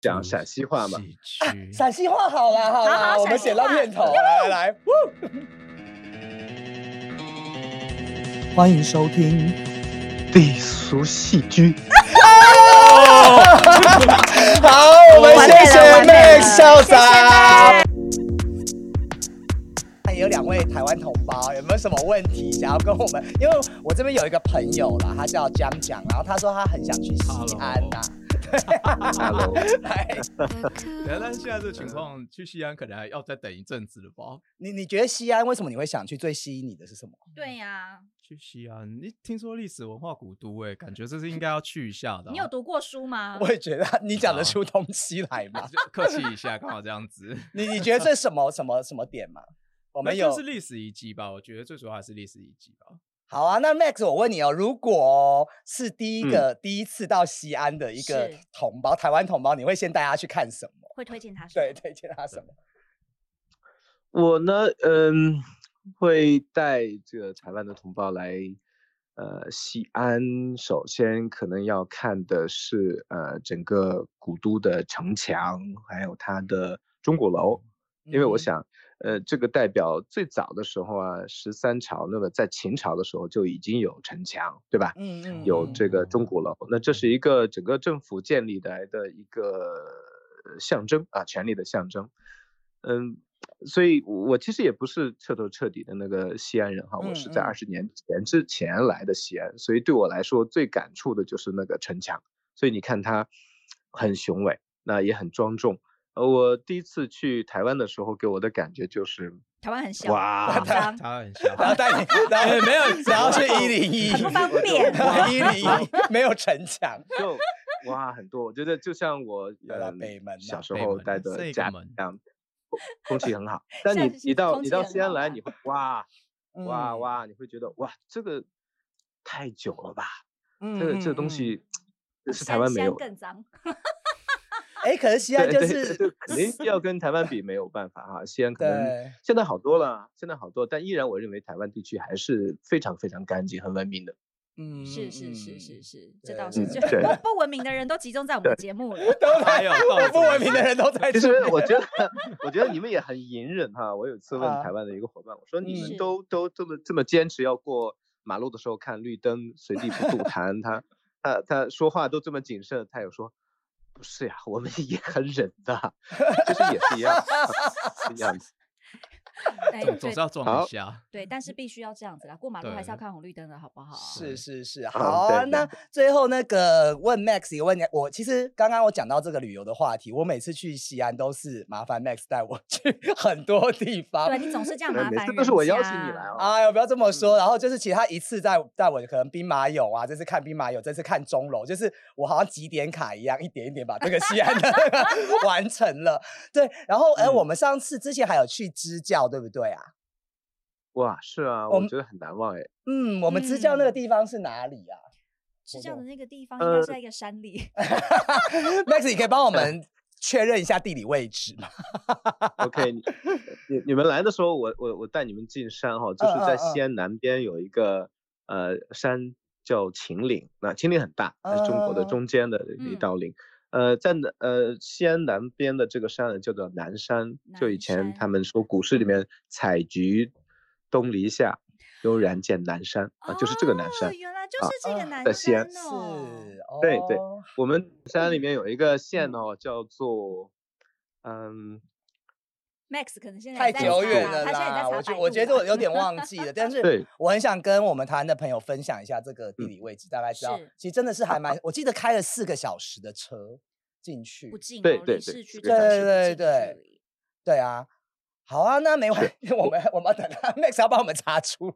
讲陕西话嘛。喜 剧陕西话好了好嗯好了，好我们陕西剪到话片头，来来来，woo，欢迎收听。低俗戏剧，好，我们谢谢 Max 校长。哎有两位台湾同胞，有没有什么问题想要跟我们？因为我这边有一个朋友啦，他叫江江，然后他说他很想去西安啊呐、对，来，但但是现在这个情况，去西安可能还要再等一阵子了吧？你你觉得西安为什么你会想去？最吸引你的是什么？对呀、去西安，你听说历史文化古都哎、感觉这 是应该要去一下的啊、你有读过书吗？我也觉得你讲得出东西来吗？就客气一下，刚好这样子。你你觉得这什么什么什么点吗？我我们有是历史遗迹吧？我觉得最主要还是历史遗迹吧。好啊，那 Max，我问你哦，如果是第一嗯个、第一次到西安的一个是同胞，台湾同胞，你会先带他去看什么？ 会推荐他什么对，推荐他什么？ 我呢，嗯，会带这个台湾的同胞来，呃，西安。首先可能要看的是，呃，整个古都的城墙，还有它的钟鼓楼，因为我嗯想，呃，这个代表最早的时候啊，十三朝，那么在秦朝的时候就已经有城墙，对吧？嗯嗯有这个钟嗯鼓楼，那这是一个整个政府建立来的一个呃象征啊，权力的象征。嗯，所以我我其实也不是彻头彻底的那个西安人哈，我是在嗯嗯二十年前之前来的西安，所以对我来说最感触的就是那个城墙。所以你看它很雄伟，那也很庄重。呃，我第一次去台湾的时候，给我的感觉就是，台湾很小，哇很脏，它很像，然后带你，然 后没有，然后去一零一，很不方便。一零一没有城墙，就哇很多。我觉得就像我有啦呃北门小呐时北候门待这的一个家门一样，空空气很好。但现你在是你到空你气到很西安好来，吧你会哇哇嗯，哇，你会觉得哇这个太久了吧？嗯这个这个东西是台湾没山有的。呃更脏，哎，诶可是西安对就对是 对肯定要跟台湾比没有办法哈、西安可能对现在好多了，现在好多，但依然我认为台湾地区还是非常非常干净、很文明的。嗯是是是嗯是嗯是，这倒是，嗯就对不不文明的人都集中在我们的节目了。哎还有嗯不文明的人都在其这实边。我觉得， 我觉得你们也很隐忍哈。我有一次问啊台湾的一个伙伴，我说你嗯们都都这么这么坚持要过马路的时候看绿灯，随地不吐痰，他他他说话都这么谨慎，他有说不是呀，我们也很忍的，其实也是一样， 是一样的。哎，总总是对要撞一下。对，但是必须要这样子啦，过马路还是要看红绿灯的，好不好？是对是是，对好嗯啊。对那最后那个问 Max 一个问题，我其实刚刚我讲到这个旅游的话题，我每次去西安都是麻烦 Max 带我 去很多地方哦对。你总是这样对哎麻每烦次人都是我邀请你家来啊哎呦，不要这么说。然后就是，其实他一次带带我，可能兵马俑啊，这次看兵马俑，这次看钟楼，就是我好像几点卡一样，一点一点把这个西安的 完成了。对，然后哎、嗯我们上次之前还有去支教，对不对啊？哇，是啊，我我们觉得很难忘哎。嗯，我们支教那个嗯地方是哪里啊支活教的动那个地方应该呃是在一个山里， ？Max，你可以帮我嗯们确认一下地理位置吗？ OK，你 你你们来的时候，我我我带你们进山哈、嗯就是在西安南边有一个呃山叫秦岭，那秦岭很大，它是中国的嗯嗯嗯中间的一嗯道岭。呃，在南呃西安南边的这个山呢，叫做南山，就以南前他山们说古诗里嗯面“采菊东篱下，悠然见南山”啊，就是这个南山哦。原来就是这个啊南在西安山哦。哦对对我们山里面有一个县嗯哦，叫做嗯 Max 可能现在太也在久查远啦了他现在也在啦！查我觉我觉百度啊啦得我有点忘记了，但是对嗯我很想跟我们台湾的朋友分享一下这个地理位置，大概知道是，其实真的是还蛮，我记得开了四个小时的车进去不，近哦，对对对离市区是真的的是不对对近的距对离对啊。好啊，那没关系，我们我们要等他 Max 要帮我们查出来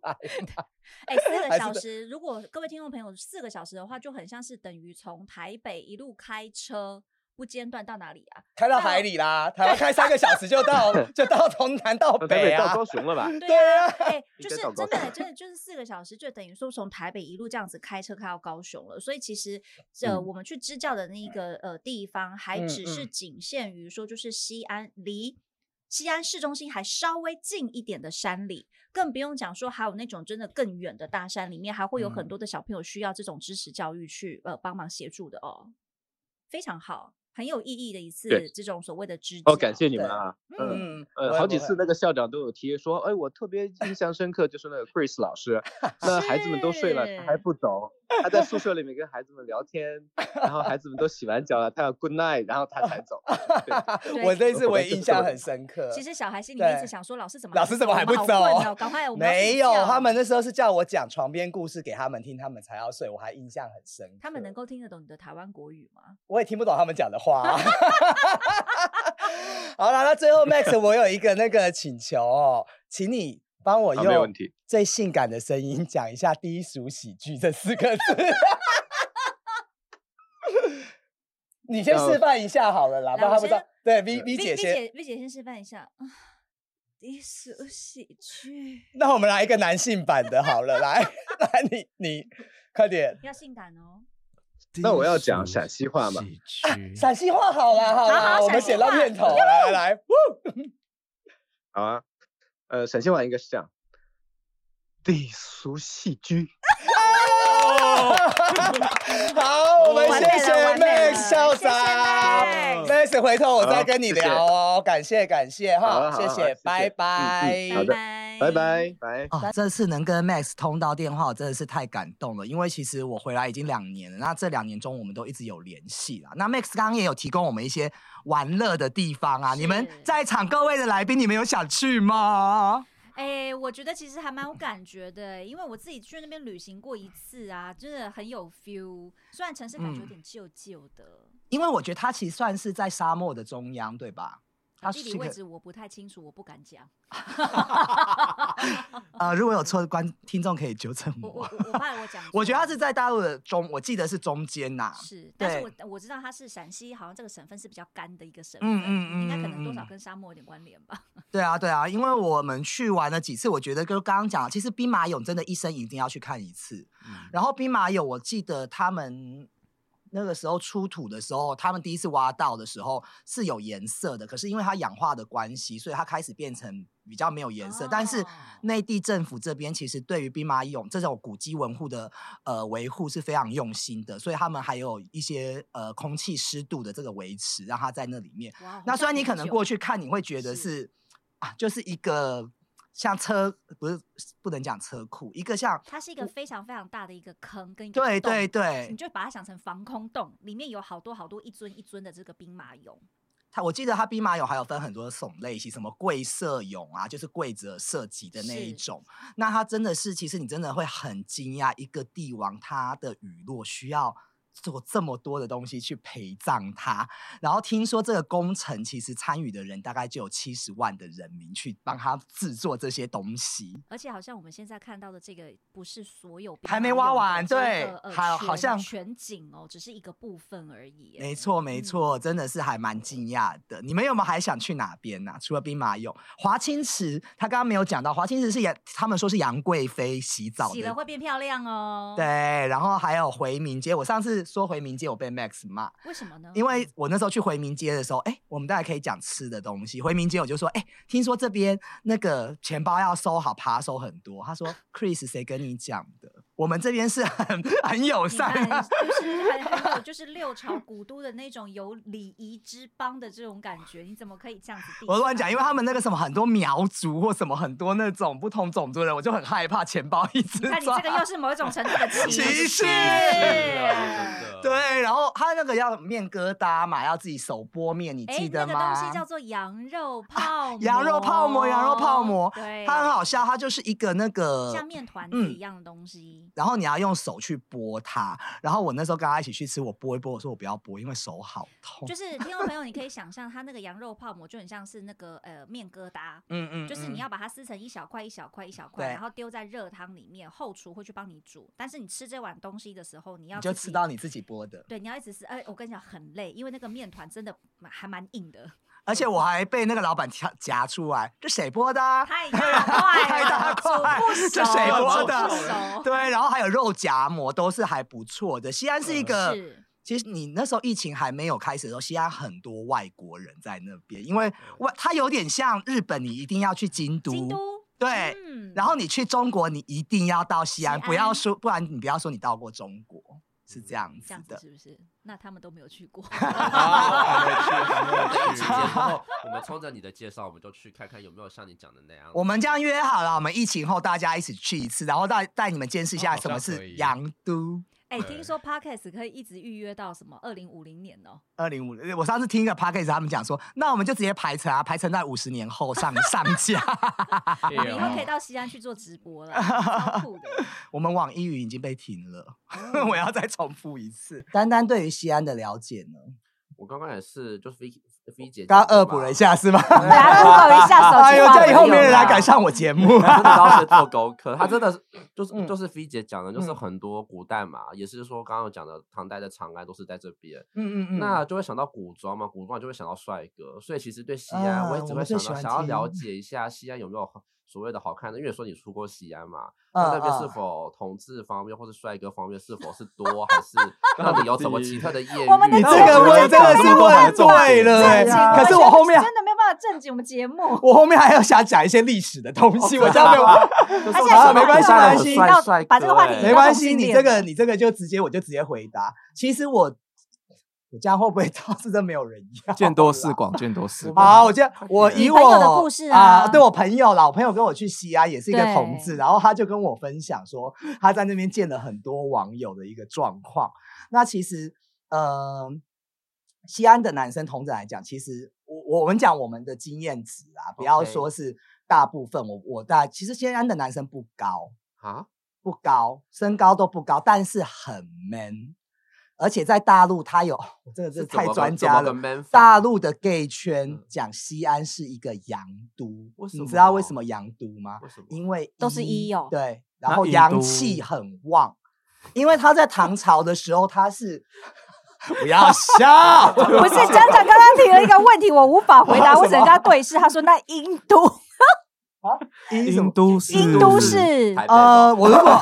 嘛。哎，四还是个小得时，如果各位听众朋友四个小时的话，就很像是等于从台北一路开车不间断到哪里啊？开到海里啦，台湾开三个小时就 到就到从南到呃台北北到啊高。雄了 吧？对对啊，啊哎， 应就该是到高真的，雄真的就是四个小时，就等于说从台北一路这样子开车开到高雄了。所以其实，呃，嗯我们去支教的那一个呃地方，还嗯只是嗯仅限于说，就是西安离西安市中心还稍微近一点的山里，更不用讲说还有那种真的更远的大山里面，还会有很嗯多的小朋友需要这种支持教育去呃帮忙协助的哦，非常好。很有意义的一次对这种所谓的知己。哦，感谢你对们啊，嗯。嗯，不呃，会好不几会次那个校长都有提说，哎，我特别印象深刻，就是那个 Chris 老 师，那孩子们都睡了，他还是不走，他在宿舍里面跟孩子们聊天，然后孩子们都洗完脚了，他要 good night，然后他才走。对，对 我这一次我我们也这印次象我很深刻。其实小孩心里面一直对想说，老师怎么老师怎么还不不走？走我们好困哦 赶快，我们要睡没有，他觉啊们那时候是叫我讲床边故事给他们听，他们才要睡，我还印象很深刻。他们能够听得懂你的台湾国语吗？我也听不懂他们讲的话、啊 好啦，那最后 Max，我有一个那个请求哦，请你帮 我好没用问题最性感的声音讲一下“低俗喜剧”这四个字。 你先要示范一下好了啦，不来然呃我他不知道先。呃对，V V V 姐姐先， V 姐先示范一下 啊，低俗喜剧 那我们来一个男性版的好了， 来来，你你快点，要性感哦。那我要讲陕西话嘛喜 剧陕西话好啦好啦，好我们陕西剪到话片头，来来来，呜好啊，呃，陕西话应该是这样，低俗戏剧。 好，我们完谢美了谢完美了 Max 校谢谢长 Max ，Max 回头我再好跟你谢谢聊哦，感谢感谢好哈啊，好谢啊好啊谢谢谢，拜嗯嗯好拜的。拜。拜拜拜。哦，这次能跟 Max 通到电话，我真的是太感动了。因为其实我回来已经两年了，那这两年中我们都一直有联系啦。那 Max 刚刚也有提供我们一些玩乐的地方啊，是你们在场各位的来宾，你们有想去吗？哎，我觉得其实还蛮有感觉的，欸因为我自己去那边旅行过一次啊，真的很有 feel。虽然城市感觉嗯有点旧旧的，因为我觉得它其实算是在沙漠的中央，对吧？它地是理一位个置我不太清楚，我不敢讲。呃，如果有错的观听众可以纠正我我我。我 我怕我讲嗯错。我觉得它是在大陆的中，我记得是中间呐、是，但是啊对我我知道它是陕西，好像这个省份是比较干的一个省份，嗯嗯嗯应该可能多嗯少嗯跟沙漠有点关联 吧。对啊，对啊，因为我们去玩了几次，我觉得跟刚刚讲的，其实兵马俑真的一生一定要去看一次。嗯然后兵马俑，我记得他们那个时候出土的时候，他们第一次挖到的时候是有颜色的，可是因为它氧化的关系，所以它开始变成比较没有颜色。但是哦内地政府这边其实对于兵马俑这种古迹文物的呃维护是非常用心的，所以他们还有一些呃空气湿度的这个维持，让它在那里面。哇，那虽然你可能过去，去看，你会觉得是是啊，就是一个像车不是不能讲车库，一个像它是一个非常非常大的一个坑跟一个嗯对洞对你对，就把它想成防空洞，里面有好多好多一尊一尊的这个兵马俑。它我记得它兵马俑还有分很多种类型，什么跪射俑啊，就是跪着射击的那一是种。那它真的是，其实你真的会很惊讶，一个帝王他的陨落需要。做这么多的东西去陪葬他，然后听说这个工程其实参与的人大概就有七十万的人民去帮他制作这些东西。而且好像我们现在看到的这个不是所有兵还没挖马俑的完这对个呃还有好全像全景哦，只是一个部分而已耶。没错，没嗯错，真的是还蛮惊讶的。你们有没有还想去哪边呢、除了兵马俑，华清池，他刚刚没有讲到，华清池是杨，他们说是杨贵妃洗澡洗了的。会变漂亮哦。对，，然后还有回民街。我上次说回民街，我被 Max 骂，为什么呢？因为我那时候去回民街的时候，哎，我们大家可以讲吃的东西。回民街我就说，哎，听说这边那个钱包要收好，扒收很多。他 说，Chris，谁跟你讲的？我们这边是很很友你善、看，啊。就是 很很有就是六朝古都的那种有礼仪之邦的这种感觉，你怎么可以这样子？我乱讲，因为他们那个什么很多苗族或什么很多那种不同种族的人，我就很害怕钱包一直你看你抓这个又是某一种程度 的歧歧视啊真的对，然后他那个要面疙瘩嘛，要自己手剥面，你哎，记得那个吗？东西叫做羊肉泡馍、 羊肉泡馍，羊肉泡馍，对，它很好笑，它就是一个那个像面团子嗯一样的东西。然后你要用手去剥它，然后我那时候跟他一起去吃，我剥一剥，我说我不要剥，因为手好痛就。是听众朋友，你可以想象它那个羊肉泡馍就很像是那个呃面疙瘩，嗯嗯就是你嗯要把它撕成一小块一小块一小块，对然后丢在热汤里面，后厨会去帮你煮。但是你吃这碗东西的时候，你要你就自己吃到你自己剥的。对，你要一直撕。哎、我跟你讲很累，因为那个面团真的蛮还蛮 硬的，而且我还被那个老板夹夹出来，这谁剥的、啊？ 太大块了，太大块煮不熟，这谁剥煮不的熟。对，然后还有肉夹馍都是还不错的。西安是一个，嗯是其实你那时候疫情还没有开始的时候，西安很多外国人在那边，因为外它有点像日本，你一定要去京都，京都，对。嗯然后你去中国，你一定要到西安，西不要安说，不然你不要说你到过中国。是这样这子样子的。是不是？那他们都没有去 过。 还没去，还没去。然后我们冲着你的介绍，我们就去看看有没有像你讲的那样。我们这样约好了，我们疫情后大家一起去一次，然后带带你们见识一哦下好什么像可是以洋都。哎、对听说 podcast 可以一直预约到什么二零五零年哦、二零五，我上次听一个 p a c k a g e 他们讲说，那我们就直接排成啊，排成在五十年后上上架。我们以哦后可以到西安去做直播了，超酷的。我们网易云已经被停了， 我要再重复一次。哦丹丹对于西安的了解呢？我刚刚也是，就是 V V 姐刚姐嘛恶补了一， 下是吗？大家 Google 一下手机哎呦，话这样以没后有没人来啦敢上我节目。真的当时做功课，他真的 是就是、嗯就是菲姐讲的，就是嗯很多古代嘛，也是说刚刚有讲的唐代的长安都是在这边， 嗯嗯那就会想到古装嘛，古装就会想到帅哥，所以其实对西安，我啊一直我会们最想喜到欢想要了听解一下西安有没有好所谓的好看的，因为说你出过西安嘛，嗯那那边是嗯否同志方面或是帅哥方面是否是多，还是到底有什么奇特的艳遇？我们的你那这我个觉问得真的是问对了、正经欸，完可是全我后面真的没有办法正经我们节目。我后面还要想讲一些历史的东哦西，我这样没有办法。可他现是我在想啊到没古关系代没很关系帅到帅把这个哥话题欸引没到关同系，性你恋这个你这个就直接我就直接回答。其实我我 这样会不会倒是真没有人要？见多识 广，见多识广。好，我这样我你以朋友的我故事啊、啊对我朋友啦，我朋友跟我去西安也是一个同对志，然后他就跟我分享说他在那边见了很多网友的一个状况。那其实，呃，西安的男生同志来讲，其实我我们讲我们的经验值啊，不要 OK 说是大部分，我我大其实西安的男生不高，啊，不高，身高都不高，但是很 man，而且在大陆他有， 我这个是是怎太么个专怎家么个了。 man 法大陆的 gay 圈嗯讲西安是一个洋都为，什你知道为么什么洋都吗？为什么？因为都是一哦对，然那后印阳度气很旺，因为他在唐朝的时候他是不要笑，不是江长刚刚提了一个问题，我无法 回答，我只能跟他对视。他说：“那印度，因什印么？都是印都是台北呃，吗我如果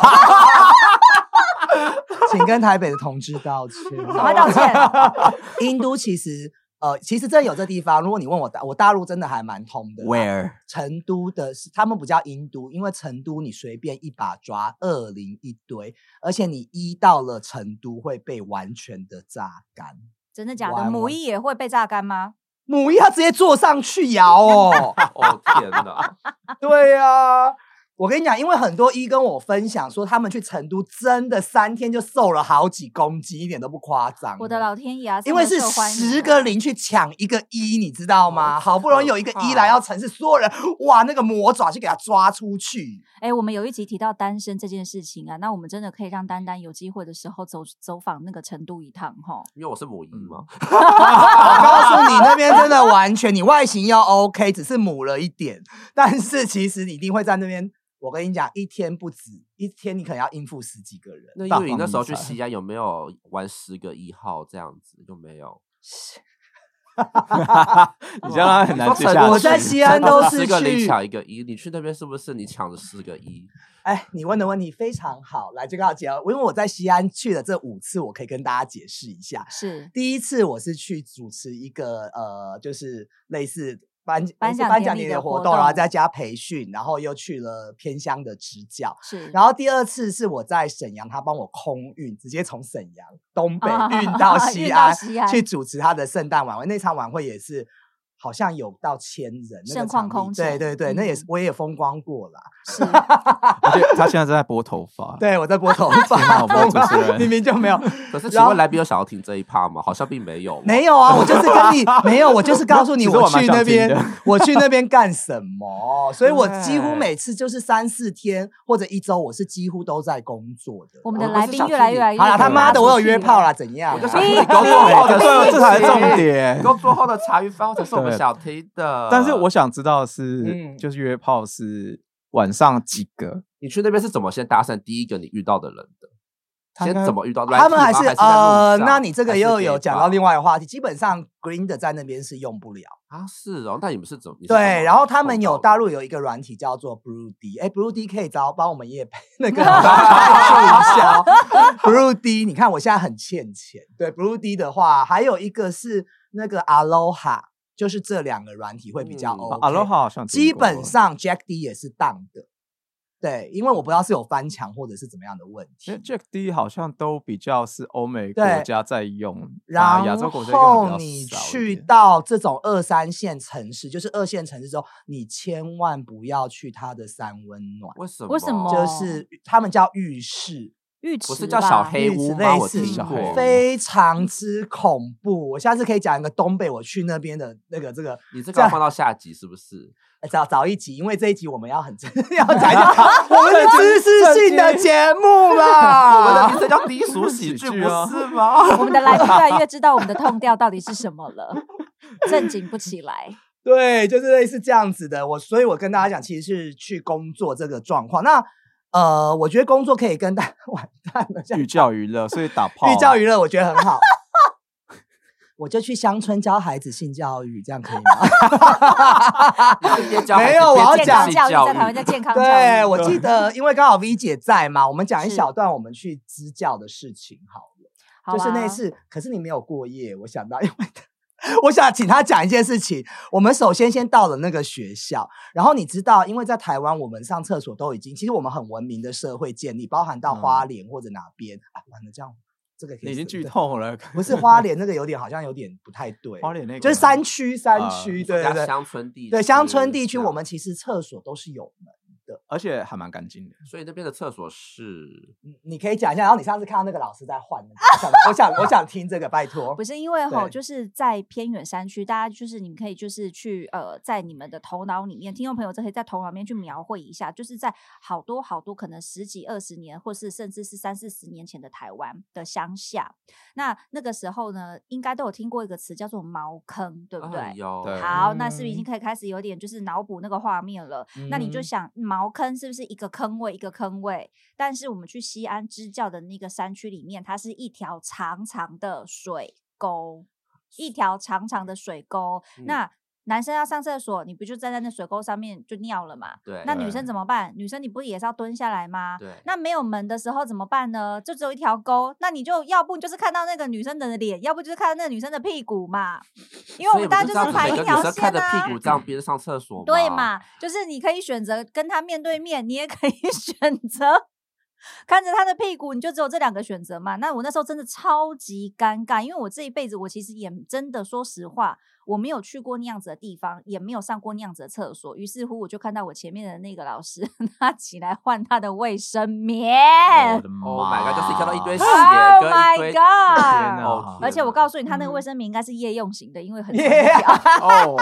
请跟台北的同志道歉，赶赶快道 歉。印度其实呃，其实真的有这地方。如果你问我大，我大陆真的还蛮通的啦。 where 成都的是他们不叫印度，因为成都你随便一把抓恶灵一堆，而且你一到了成都会被完全的榨干，真的假的？玩母玩一也会被榨干吗？母一要直接坐上去摇哦。 哦天 哪，对呀、我跟你讲，因为很多一跟我分享说，他们去成都真的三天就瘦了好几公斤，一点都不夸张。哦我的老天爷啊！嗯因为这是么受欢迎十啊个零去抢一个一，你知道吗？好好不容易有一个可一怕来到城市，所有人哇，那个魔爪去给他抓出去。哎、我们有一集提到单身这件事情啊，那我们真的可以让丹丹有机会的时候走走访那个成都一趟哈。因为我是母一嘛，我告诉你，那边真的完全，你外形要 OK，只是母了一点，但是其实你一定会在那边。我跟你讲，一天不止，一天你可能要应付十几个人。那大因为你方那一时候去点西安有没有玩十个一号这样子？有没有？你这样让他很难接下去。我在西安都是十个零去抢一个一，你去那边是不是你抢了十个一？哎，你问的问题非常好，来这个要解，因为我在西安去了这五次，我可以跟大家解释一下。是第一次我是去主持一个呃，就是类似颁颁类似奖颁典奖礼典礼的的活活动，然后动再加培训，然后又去了偏乡的支教。是，然后第二次是我在沈阳，他帮我空运，直接从沈阳东北运到西哦运到安西安去主持他的圣诞晚会。那场晚会也是好像有到千人，那盛个况场地空前对对对，那也是嗯我也风光过啦。 是而且他现在正在拨头发。对，我在拨头哪发，我不是主持人明明就没有，可是然请后问来宾有想要听这一趴吗？好像并没有嘛， 没有啊，我就是跟你没有，我就是告诉哦 你，其实我蛮去想那听边的， 我去那边干什 么？所以我几乎每次就是三四天或者一周，我是几乎都在工作的。我们我哦的不来是宾想越听来你越来越好啦，他妈的，多我有约出去炮了。啦，怎样？哎我就想逼听你工作后的对，啊这才是重事情。点。工作后的茶余饭后才是我们对想听的。但是我想知道是，呃嗯就是约炮是晚上几个？你去那边是怎么先搭讪第一个你遇到的人的？他先应该怎么遇到？他们还是是呃，那你这个又有讲到另外外的话题，基本上 Green 的在那边是用不了。啊是哦，那你们是怎么？你是怎么对，然后他碰们有到的大陆有一个软体叫做 Broody，哎，Broody 可以找帮我们夜配那个 Broody，你看我现在很欠钱。对 Broody 的话，还有一个是那个 Aloha，就是这两个软体会比较嗯哦 OK。啊阿罗哈好像听基过本上 Jack D 也是当的。对，因为我不知道是有翻墙或者是怎么样的问因为题。 Jack D 好像都比较是欧美国对家在用，然啊亚洲国家用后的你比较少一去点到这种二三线城市，就是二线城市之后，你千万不要去它的三温暖，为什么？为什哦么就是他们叫浴室，浴池不是叫小吧黑浴屋池吗？类我似听小黑过屋。非嗯常之恐怖。我下次可以讲一个东北我去那边的那个这个，你这这个要样放到下集是不是？呃早早一集，因为这一集我们要很 真要 讲一下，我们是知识性的节目我们 的啦。名 称叫低俗喜喜剧，剧不啊是吗？ 我们的来宾越来越知道我们的痛调到底是什么 了，正经不起来。对，就是类似这样子的。我所以，我跟大家讲，其实是去工作这个状况。那呃，我觉得工作可以跟大 完蛋了，这样寓教于乐，所以打炮。啊寓教于乐，我觉得很好。啊 我就去乡村教孩子性教育，这样可以吗？没有哦我要健讲康教育在台湾叫健康教育， 嗯对，我记得，因为刚好 V 姐在嘛，我们讲一小段我们去支教的事情好了。好就是那啊次，可是你没有过夜，我想到，因 为他我想请他讲一件事情。我们首先先到了那个学校，然后你知道，因为在台湾，我们上厕所都已经，其实我们很文明的社会建立，包含到花莲或者哪边、啊，完了这样，这个可以你已经省剧略。透了，不是花莲那个有点好像有点不太对，花莲那个就是山区山啊区，对对对对，乡村地对乡村地区，这样我们其实厕所都是有门。而且还蛮干净的。所以那边的厕所是你你可以讲一下，然后你上次看到那个老师在换那个，我想我想我想听这个，拜托不。是因为吼，对就是在偏远山区，大家就是你们可以就是去呃，在你们的头脑里面，听众朋友这可以在头脑里面去描绘一下，就是在好多好多可能十几二十年，或是甚至是三四十年前的台湾的乡下，那那个时候呢，应该都有听过一个词叫做茅坑，对不哦对？哎呦对好，那是不是已经嗯可以开始有点就是脑补那个画面了？那你就嗯想茅坑是不是一个坑位一个坑位？但是我们去西安支教的那个山区里面，它是一条长长的水沟，一条长长的水沟。嗯那男生要上厕所，你不就站在那水沟上面就尿了嘛？对，那女对生怎么办？女生你不也是要蹲下来吗？对，那没有门的时候怎么办呢？就只有一条沟，那你就要不就是看到那个女生的脸，要不就是看到那个女生的屁股 嘛，因为我所们以我大家们就就是排一每个条女生线看着啊屁。股这样边上厕所，对？嘛？就是你可以选择跟他面对面，你也可以 选择看着他的屁股，你就只有这两个选择嘛。那我那时候真的超级尴尬，因为我这一辈子我其实也真的说实话，我没有去过那样子的地方，也没有上过那样子的厕所。于是乎，我就看到我前面的那个老师 他起来换他的卫生棉。哎我的 Oh my 妈 god！就是看到一 堆鞋 Oh 跟 my 一堆 god 天哪哦而且我告诉你，他那个卫嗯生棉应该是夜用型的，因 为很啊 Yeah 长条哦，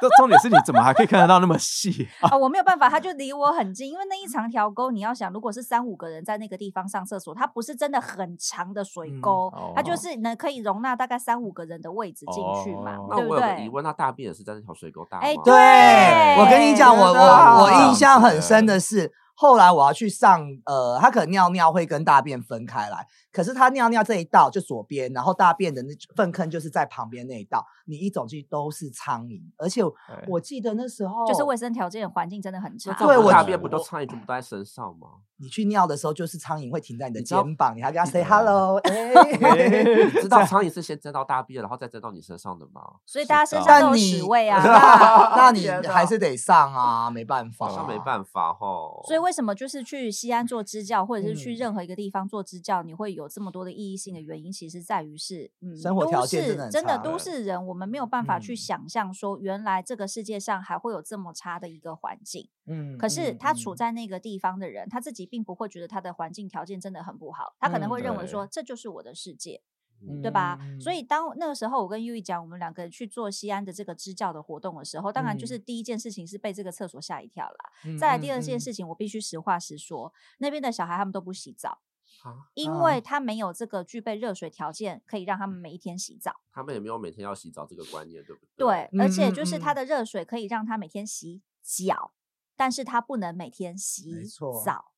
这重点是你怎么还可以看得到那么细啊？啊、我没有办法，他就离我很近，因为那一长条沟，你要想，如果是三五个人在那个地方上厕所，它不是真的很长的水嗯沟，它就哦是能可以容纳大概三五个人的位置进去嘛，哦那对不我有个疑对？问，那大便也是在那条水沟大吗？哎对，我跟你讲，我真的我我印象很深这啊的是，后来我要去上，呃，他可能尿尿会跟大便分开来，可是他尿尿这一道就左边，然后大便的那粪坑就是在旁边那一道，你一走进去都是苍蝇，而且我对我记得那时候就是卫生条件、环境真的很差。那这样对不我大觉便得不就苍蝇全部都在身上吗？你去尿的时候，就是苍蝇会停在你的你知道嗯啊肩膀，你还跟他 say 对 hello，哎 喂你知道苍蝇是先沾到大便，然后再沾到你身上的吗？所以知大家身道上但都有你屎味 啊。那那你天哪还是得上啊，没办法，啊好像没办法吼。所以为什么就是去西安做支教，或者是去哦嗯任何一个地方做支教，你会有这么多的意义性的原因，其实在于是，嗯，生活都条件市真的很真的差都对市人，我们没有办法去嗯想象说，原来这个世界上还会有这么差的一个环境。嗯可是嗯他嗯处在那个地方的人，他自己并不会觉得他的环境条件真的很不好，他可能嗯会认为对说这就是我的世界，嗯对吧？所嗯以当那个时候我跟优一讲，我们两个人去做西安的这个支教的活动的时候，当然就嗯是第一件事情是被这个厕所吓一跳啦。嗯再来嗯第二件嗯事情，我必须实话实说，那边的小孩他们都不洗澡，啊因啊为他没有这个具备热水条件，可以让他们每一天洗澡。他们也没有每天要洗澡这个观念，对不对对？，而且就是嗯它嗯嗯的热水可以让他每天洗脚，但是他不能每天洗错澡，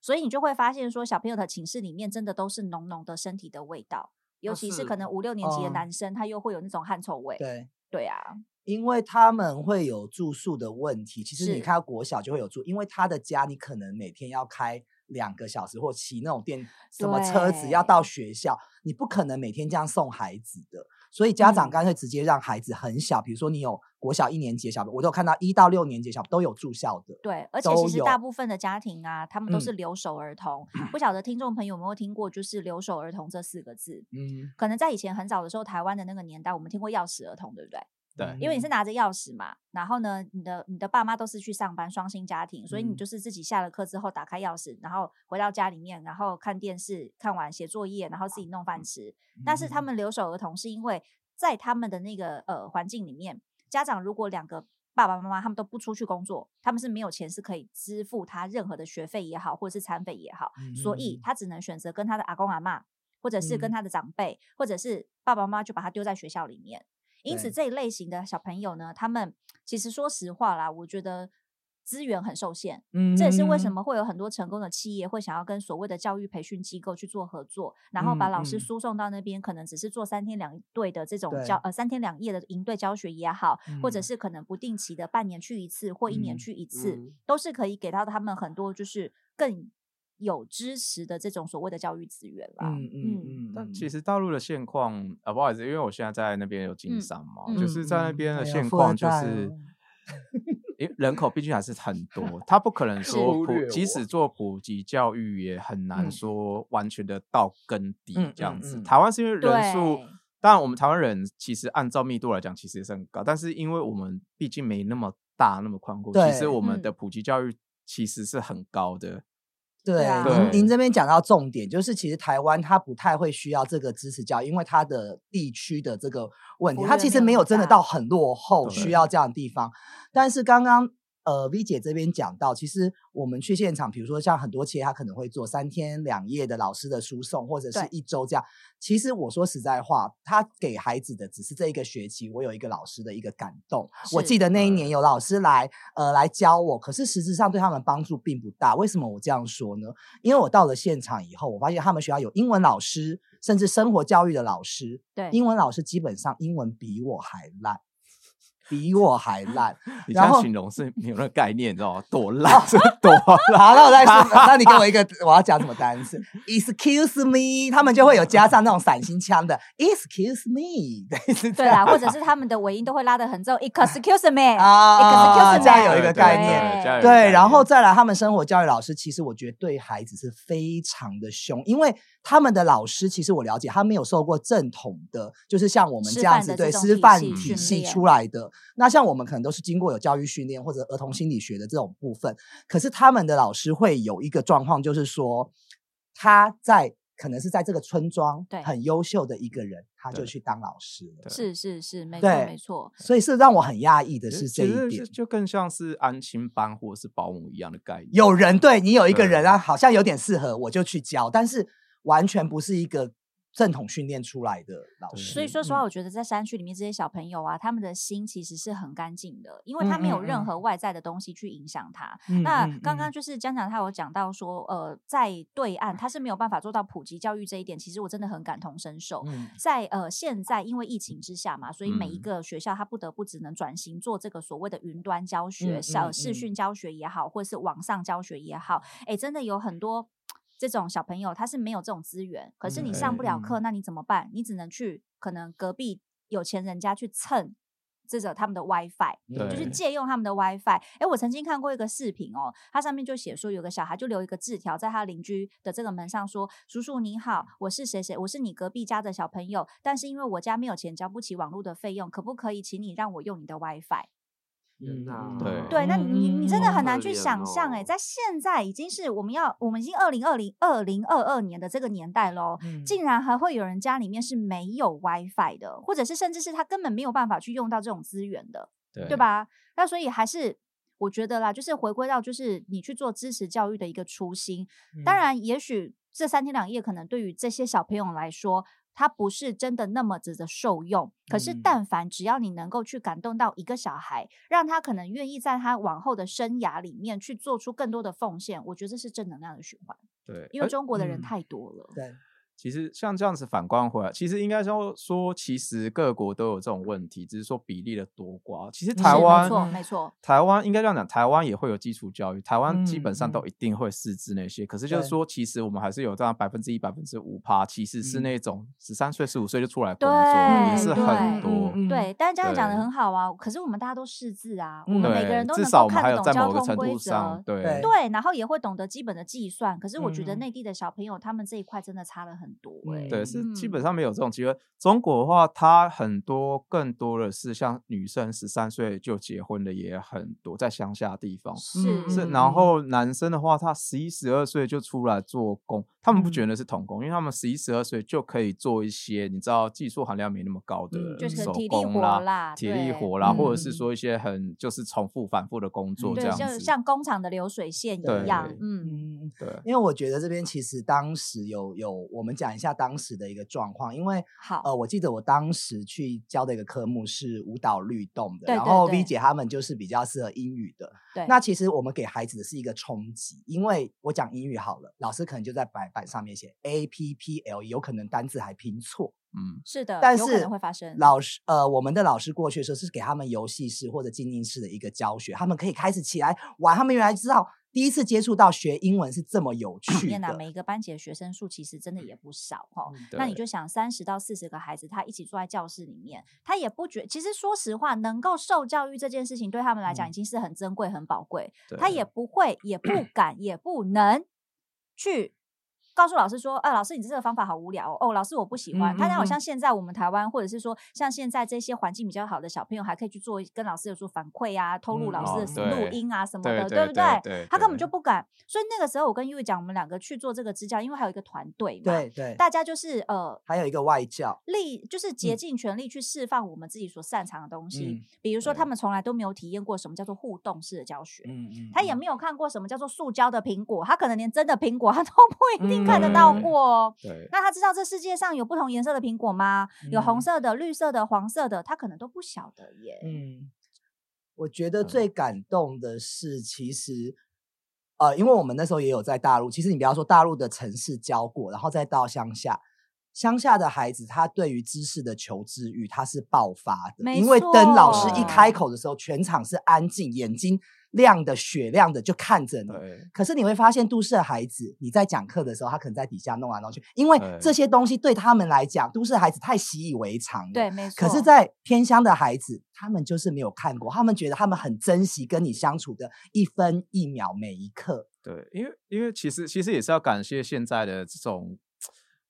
所以你就会发现说，小朋友的寝室里面真的都是浓浓的身体的味道，尤那其是是可能五六年级的嗯男生，他又会有那种汗臭味。哦对。对啊，因为他们会有住宿的问题。其实你是看到国小就会有住，因为他的家你可能每天要开两个小时，或骑那种电什么车子要对到学校，你不可能每天这样送孩子的。所以家长嗯干脆直接让孩子很小，比如说你有国小一年级的小朋友，我都有看到一到六年级的小朋友都有住校的。对，而且都其实有大部分的家庭啊，他们都是嗯留守儿 童。不晓得听众朋友有没有听过，就是留守儿童这四个字？嗯，可能在以前很早的时候，台湾的那个年代，我们听过钥匙儿童，对不对？ 对因为你是拿着钥匙嘛，然后呢，你的你的爸妈都是去上班，双薪家庭，所以你嗯就是自己下了课之后打开钥匙，然后回到家里面，然后看电视，看完写作业，然后自己弄饭吃。但嗯是他们留守儿童是因为在他们的那个呃环境里面，家长如果两个爸爸妈妈他们都不出去工作，他们是没有钱是可以支付他任何的学费也好，或者是餐费也好，所以他只能选择跟他的阿公阿妈，或者是跟嗯他的长辈，或者是爸爸妈妈就把他丢在学校里面。因此对这一类型的小朋友呢，他们其实说实话啦，我觉得资源很受限， 嗯这也是为什么会有很多成功的企业会想要跟所谓的教育培训机构去做合作，然后把嗯老师嗯输送到那边，可能只是做三天两队的这种对教呃三天两夜的营队教学也好，或者嗯是可能不定期的半年去一次或一年嗯去一次，嗯都是可以给到他们很多就是更有支持的这种所谓的教育资源啦。嗯嗯嗯，但其实实大陆的现况啊，不好意思，因为我现在在那边有经嗯商嘛，嗯就是在那嗯边哎的呀现富二况就代是哦， 因为人口毕竟还是很多，他不可能说忽普略，即我使做普及教育也很难嗯说完全的到根底嗯这样子。嗯嗯台湾是因为人数对，当然我们台湾人其实按照密度来讲其实也是很高，但是因为我们毕竟没那么大那么宽阔，其实对我们嗯的普及教育其实是很高的。对啊您您对这边讲到重点，就是其实台湾它不太会需要这个支持教育，因为它的地区的这个问题，幅它员其没实有没那有么真的大到很落后需对要这样的地方。但是刚刚呃 V 姐这边讲到，其实我们去现场，比如说像很多企业，它可能会做三天两夜的老师的输送，或者是对一周这样。其实我说实在话，他给孩子的只是这一个学期，我有一个老师的一个感动。我是嗯记得那一年有老师来呃来教我，可是实质上对他们帮助并不大。为什么我这样说呢？因为我到了现场以后，我发现他们学校有英文老师，甚至生活教育的老师。对英文老师基本上英文比我还烂，比我还 烂。你这然样后哦形容是没有那个概念，你知道吗？多烂是多 烂。好，那我再说，那你给我一个，我要讲什么单 词？Excuse me，他们就会有加上那种散心腔的 Excuse me，对 是这对啦，样或者是他们的尾音都会拉得很重 ，excuse me，啊， excuse 这样 me 有一对个概对对这样有一个念。概对，然念后再来，他们生活教育老师，其实我觉得对孩子是非常的凶，因为他们的老师，其实我了解，他没有受过正统的，就是像我们师这样范子的对这种师体范系体训系练出来的。那像我们可能都是经过有教育训练或者儿童心理学的这种部分，可是他们的老师会有一个状况，就是说他在可能是在这个村庄对很优秀的一个人，他就对去当老师了。是是是，没错对没错，所以是让我很讶异的其实是这一其实点是。就更像是安亲班或者是保姆一样的概念。有人对你有一个对人啊，好像有点适合，我就去教，但是完全不是一个正统训练出来的老对师。所以说实话，嗯我觉得在山区里面这些小朋友啊，他们的心其实是很干净的，因为他嗯没有嗯任嗯何外在的东西去影响他。嗯那嗯刚刚嗯就是江长他有讲到说，呃，在对岸他是没有办法做到普及教育这一点，其实我真的很感同身受。嗯在呃现在因为疫情之下嘛，所以每一嗯个学校它不得不只能转型做这个所谓的云端教学、嗯小嗯视嗯讯教学也好，或是网上教学也好，哎，真的有很多。这种小朋友他是没有这种资源，可嗯是你上哎不了课，那你怎么办？你只能去可能隔壁有钱人家去蹭这个他们的 WiFi，对就是对借用他们的 WiFi。哎，我曾经看过一个视频哦，它上面就写说有个小孩就留一个字条在他邻居的这个门上说：“叔叔您好，我是谁谁，我是你隔壁家的小朋友，但是因为我家没有钱交不起网络的费用，可不可以请你让我用你的 WiFi？” 嗯天哪对对，那你你真的嗯很好难可去怜想象哎、哦在现在已经是我们要我们已经二零二零二零二二年的这个年代喽，嗯竟然还会有人家里面是没有 WiFi 的，或者是甚至是他根本没有办法去用到这种资源的。对对？吧？那所以还是我觉得啦，就是回归到就是你去做支持教育的一个初心。当嗯然，也许这三天两夜可能对于这些小朋友来说，他不是真的那么值得受用。可是，嗯但凡只要你能够去感动到一个小孩，让他可能愿意在他往后的生涯里面去做出更多的奉献，我觉得这是正能量的循环。对，因为而中国的人嗯太多了，对，其实像这样子反观回来，其实应该说说，其实各国都有这种问题，只是说比例的多寡。其实台是湾没错没错，台湾应该这样讲，台湾也会有基础教育，台湾基本上嗯都一定会识字那些。可是就是对说，其实我们还是有这样百分之一、百分之五趴，其实是嗯那种十三岁、十五岁就出来工对作，也是对很多。嗯对，但是家长讲的对很好啊，可是我们大家都识字啊，我嗯们每个对人，都至能少够我们还看有得在懂某交个程通规度上则，，对对，然后也会懂得基本的计算。可是我觉得嗯内地的小朋友他们这一块真的差了很多哎、嗯对，是基嗯本上没有这种机会。中国的话，它很多更多的是像女生十三岁就结婚的也很多，在乡下地方。是是，嗯然后男生的话，他十一、十二岁就出来做工，他们不嗯觉得是童工，因为他们十一、十二岁就可以做一些你知道技术含量没那么高的嗯就是手体力工活啦、啦，体力对活啦，或者嗯是说一些很就是重复反复的工作这嗯对，样就子。像工厂的流水线对一样对，嗯，嗯，对，因为我觉得这边其实当时有有，我们讲一下当时的一个状况，因为好，哦呃，我记得我当时去教的一个科目是舞蹈律动的，对然对后对 V 姐她们就是比较适合英语的。对，那其实我们给孩子的是一个冲击，因为我讲英语好了，老师可能就在白板上面写 A P P L，有可能单字还拼错。嗯，是的，但有可是能会发生。老师，呃，我们的老师过去的时候是给他们游戏室或者静音室的一个教学，他们可以开始起来玩。他们原来知道第一次接触到学英文是这么啊有趣念呐，的，每一个班级的学生数其实真的也不少哦。嗯对那你就想三十到四十个孩子，他一起坐在教室里面，他也不觉。其实说实话，能够受教育这件事情对他们来嗯讲已经是很珍贵、很宝贵。对他也不会、也不敢、也不能去告诉老师说：“啊，老师，你这个方法好无聊哦，哦老师我不喜欢。嗯他好嗯像现在我们台湾，或者是说像现在这些环境比较好的小朋友，还可以去做跟老师有做反馈啊，透露嗯老哦师的什么录对音啊什么对的，对不对对他根本对就不敢。所以那个时候，我跟玉玉讲，我们两个去做这个支教，因为还有一个团队嘛，对对，大家就是呃还有一个外教，力就是竭嗯尽全力去释放我们自己所擅长的东西。嗯比如说，他对们从来都没有体验过什么叫做互动式的教学，嗯嗯他也嗯没有看过什么叫做塑胶的苹果，他可能连真的苹果他都不一定看得嗯到对过哦。对那他知道这世界上有不同颜色的苹果吗？有红嗯色的、绿色的、黄色的，他可能都不晓得耶。嗯，我觉得嗯最感动的是，其实，呃，因为我们那时候也有在大陆，其实你不要说大陆的城市教过，然后再到乡下，乡下的孩子他对于知识的求知欲他是爆发的，没因为等老师一错开口的时候，全场是安静，眼睛亮的雪亮的就看着你。对可是你会发现，都市的孩子，你在讲课的时候，他可能在底下弄来弄去，因为对这些东西对他们来讲，都市的孩子太习以为常了。对，没错。可是，在偏乡的孩子，他们就是没有看过，他们觉得他们很珍惜跟你相处的一分一秒每一刻。对，因为因为其实其实也是要感谢现在的这种嗯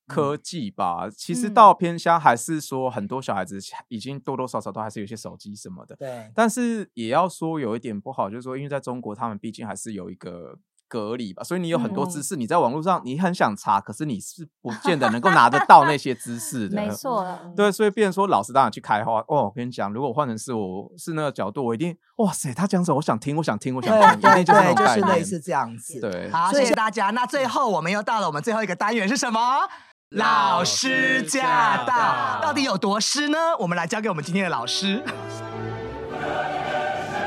科技吧。其实嗯到偏乡还是说很多小孩子已经多多少少都还是有一些手机什么的，对，但是也要说有一点不好，就是说因为在中国他们毕竟还是有一个。隔离吧，所以你有很多知嗯识，你在网络上你很想查，可是你是不见得能够拿得到那些知识的。没错，嗯对，所以变成说老师当然去开花哦。我跟你讲，如果换成是我是那个角度，我一定哇塞，他讲什么我想听，我想听，我对想听，一定对就是那对，种就概是类念。似这样子。对好，谢谢大家。那最后我们又到了我们最后一个单元是什么？老师驾到，到底有多师呢？我们来交给我们今天的老师。老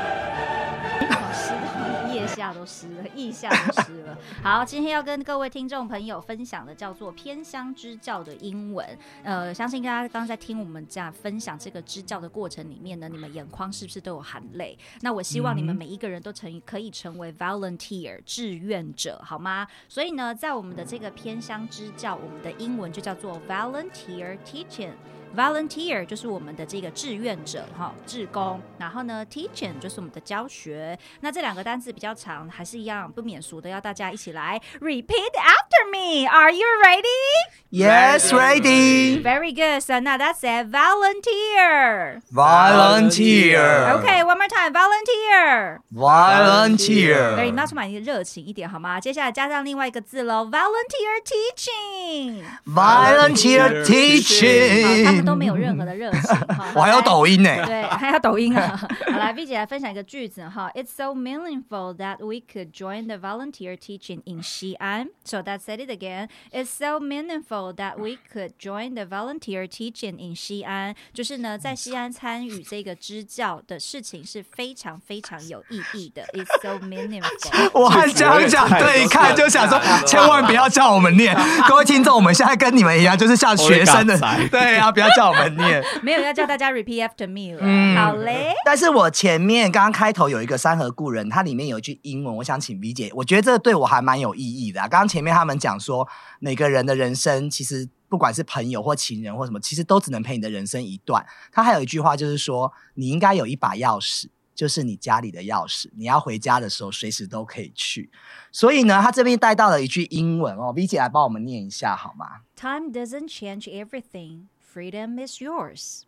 师，腋下都湿了，腋下都湿了。 好，今天要跟各位听众朋友分享的叫做《偏乡支教》的英文。呃，相信大家刚刚在听我们这样分享这个支教的过程里面呢，你们眼眶是不是都有含泪？那我希望你们嗯每一个人都成可以成为 volunteer 志愿者，好吗？所以呢，在我们的这个偏乡支教，我们的英文就叫做 volunteer teaching。Volunteer 就是我们的这个志愿者哈，志工。然后呢，teaching 就是我们的教学。那这两个单字比较长，还是一样不免俗的，要大家一起来 repeat after me. Are you ready? Yes, ready, Very good. So now that's it. Volunteer. volunteer, Okay, one more time. Volunteer. volunteer. 对，你们要充满一个热情一点好吗？接下来加上另外一个字喽，volunteer teaching。 Volunteer Volunteer teaching 好， teaching，他们都没有任何的热情。 哈我还有。抖音呢、 来对，还有抖音啊！好来，V 姐来分享一个句子哈。It's so meaningful that we could join the volunteer teaching in Xi'an. So that said it again. It's so meaningful that we could join the volunteer teaching in Xi'an. 就是呢，在西安参与这个支教的事情是非常。常非常有意义的。It's so meaningful。 我和江讲对看，就想说千万不要叫我们念，各位听众，我们现在跟你们一样，就是像学生的我会尬，塞 对啊，不要叫我们念。 没有要叫大家 repeat after me 了。嗯好嘞，但是我前面刚刚开头有一个山河故人，它里面有一句英文，我想请 V 姐，我觉得这对我还蛮有意义的、啊。刚刚前面他们讲说，每个人的人生其实不管是朋友或情人或什么，其实都只能陪你的人生一段。他还有一句话就是说，你应该有一把钥匙，就是你家里的钥匙，你要回家的时候随时都可以去。所以呢，他这边带到了一句英文哦，V 姐来帮我们念一下好吗？ Time doesn't change everything. Freedom is yours。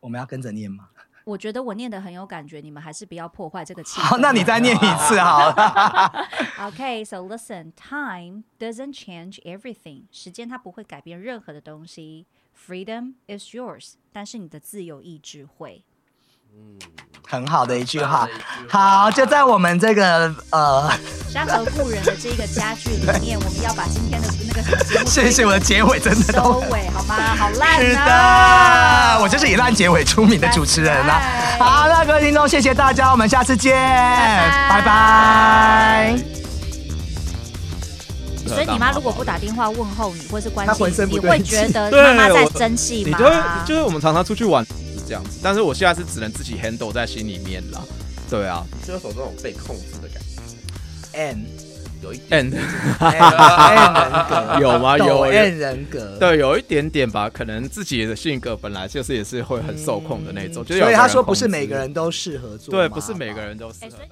我们要跟着念吗？我觉得我念的很有感觉，你们还是不要破坏这个气氛。啊好，那你再念一次好了。 Okay, so listen. Time doesn't change everything. 时间它不会改变任何的东西。Freedom is yours，但是你的自由意志会。嗯很好的一句话很棒的一句。话好，就在我们这个呃，山河故人的这个家具里面，我们要把今天的那个什么节目谢谢我的结尾真的收都。尾好吗？好烂、啊。是的，我就是以烂结尾出名的主持人啦、拜拜好，那各位听众，谢谢大家，我们下次见，拜拜。所以你妈如果不打电话问候你，或是关她心浑身你，不你对会觉得妈妈 对在我生气你吗？就会就是我们常常出去玩是这样子，但是我现在是只能自己 handle 在心里面啦。对啊就有种这种被控制的感觉， N 有一点，and N 人格有吗？有抖有 N 人格，对，有一点点吧，可能自己的性格本来就是也是会很受控的那种，就是有所以个他人说控不是制每个人都适合做嘛，对，不是每个人都是哎所以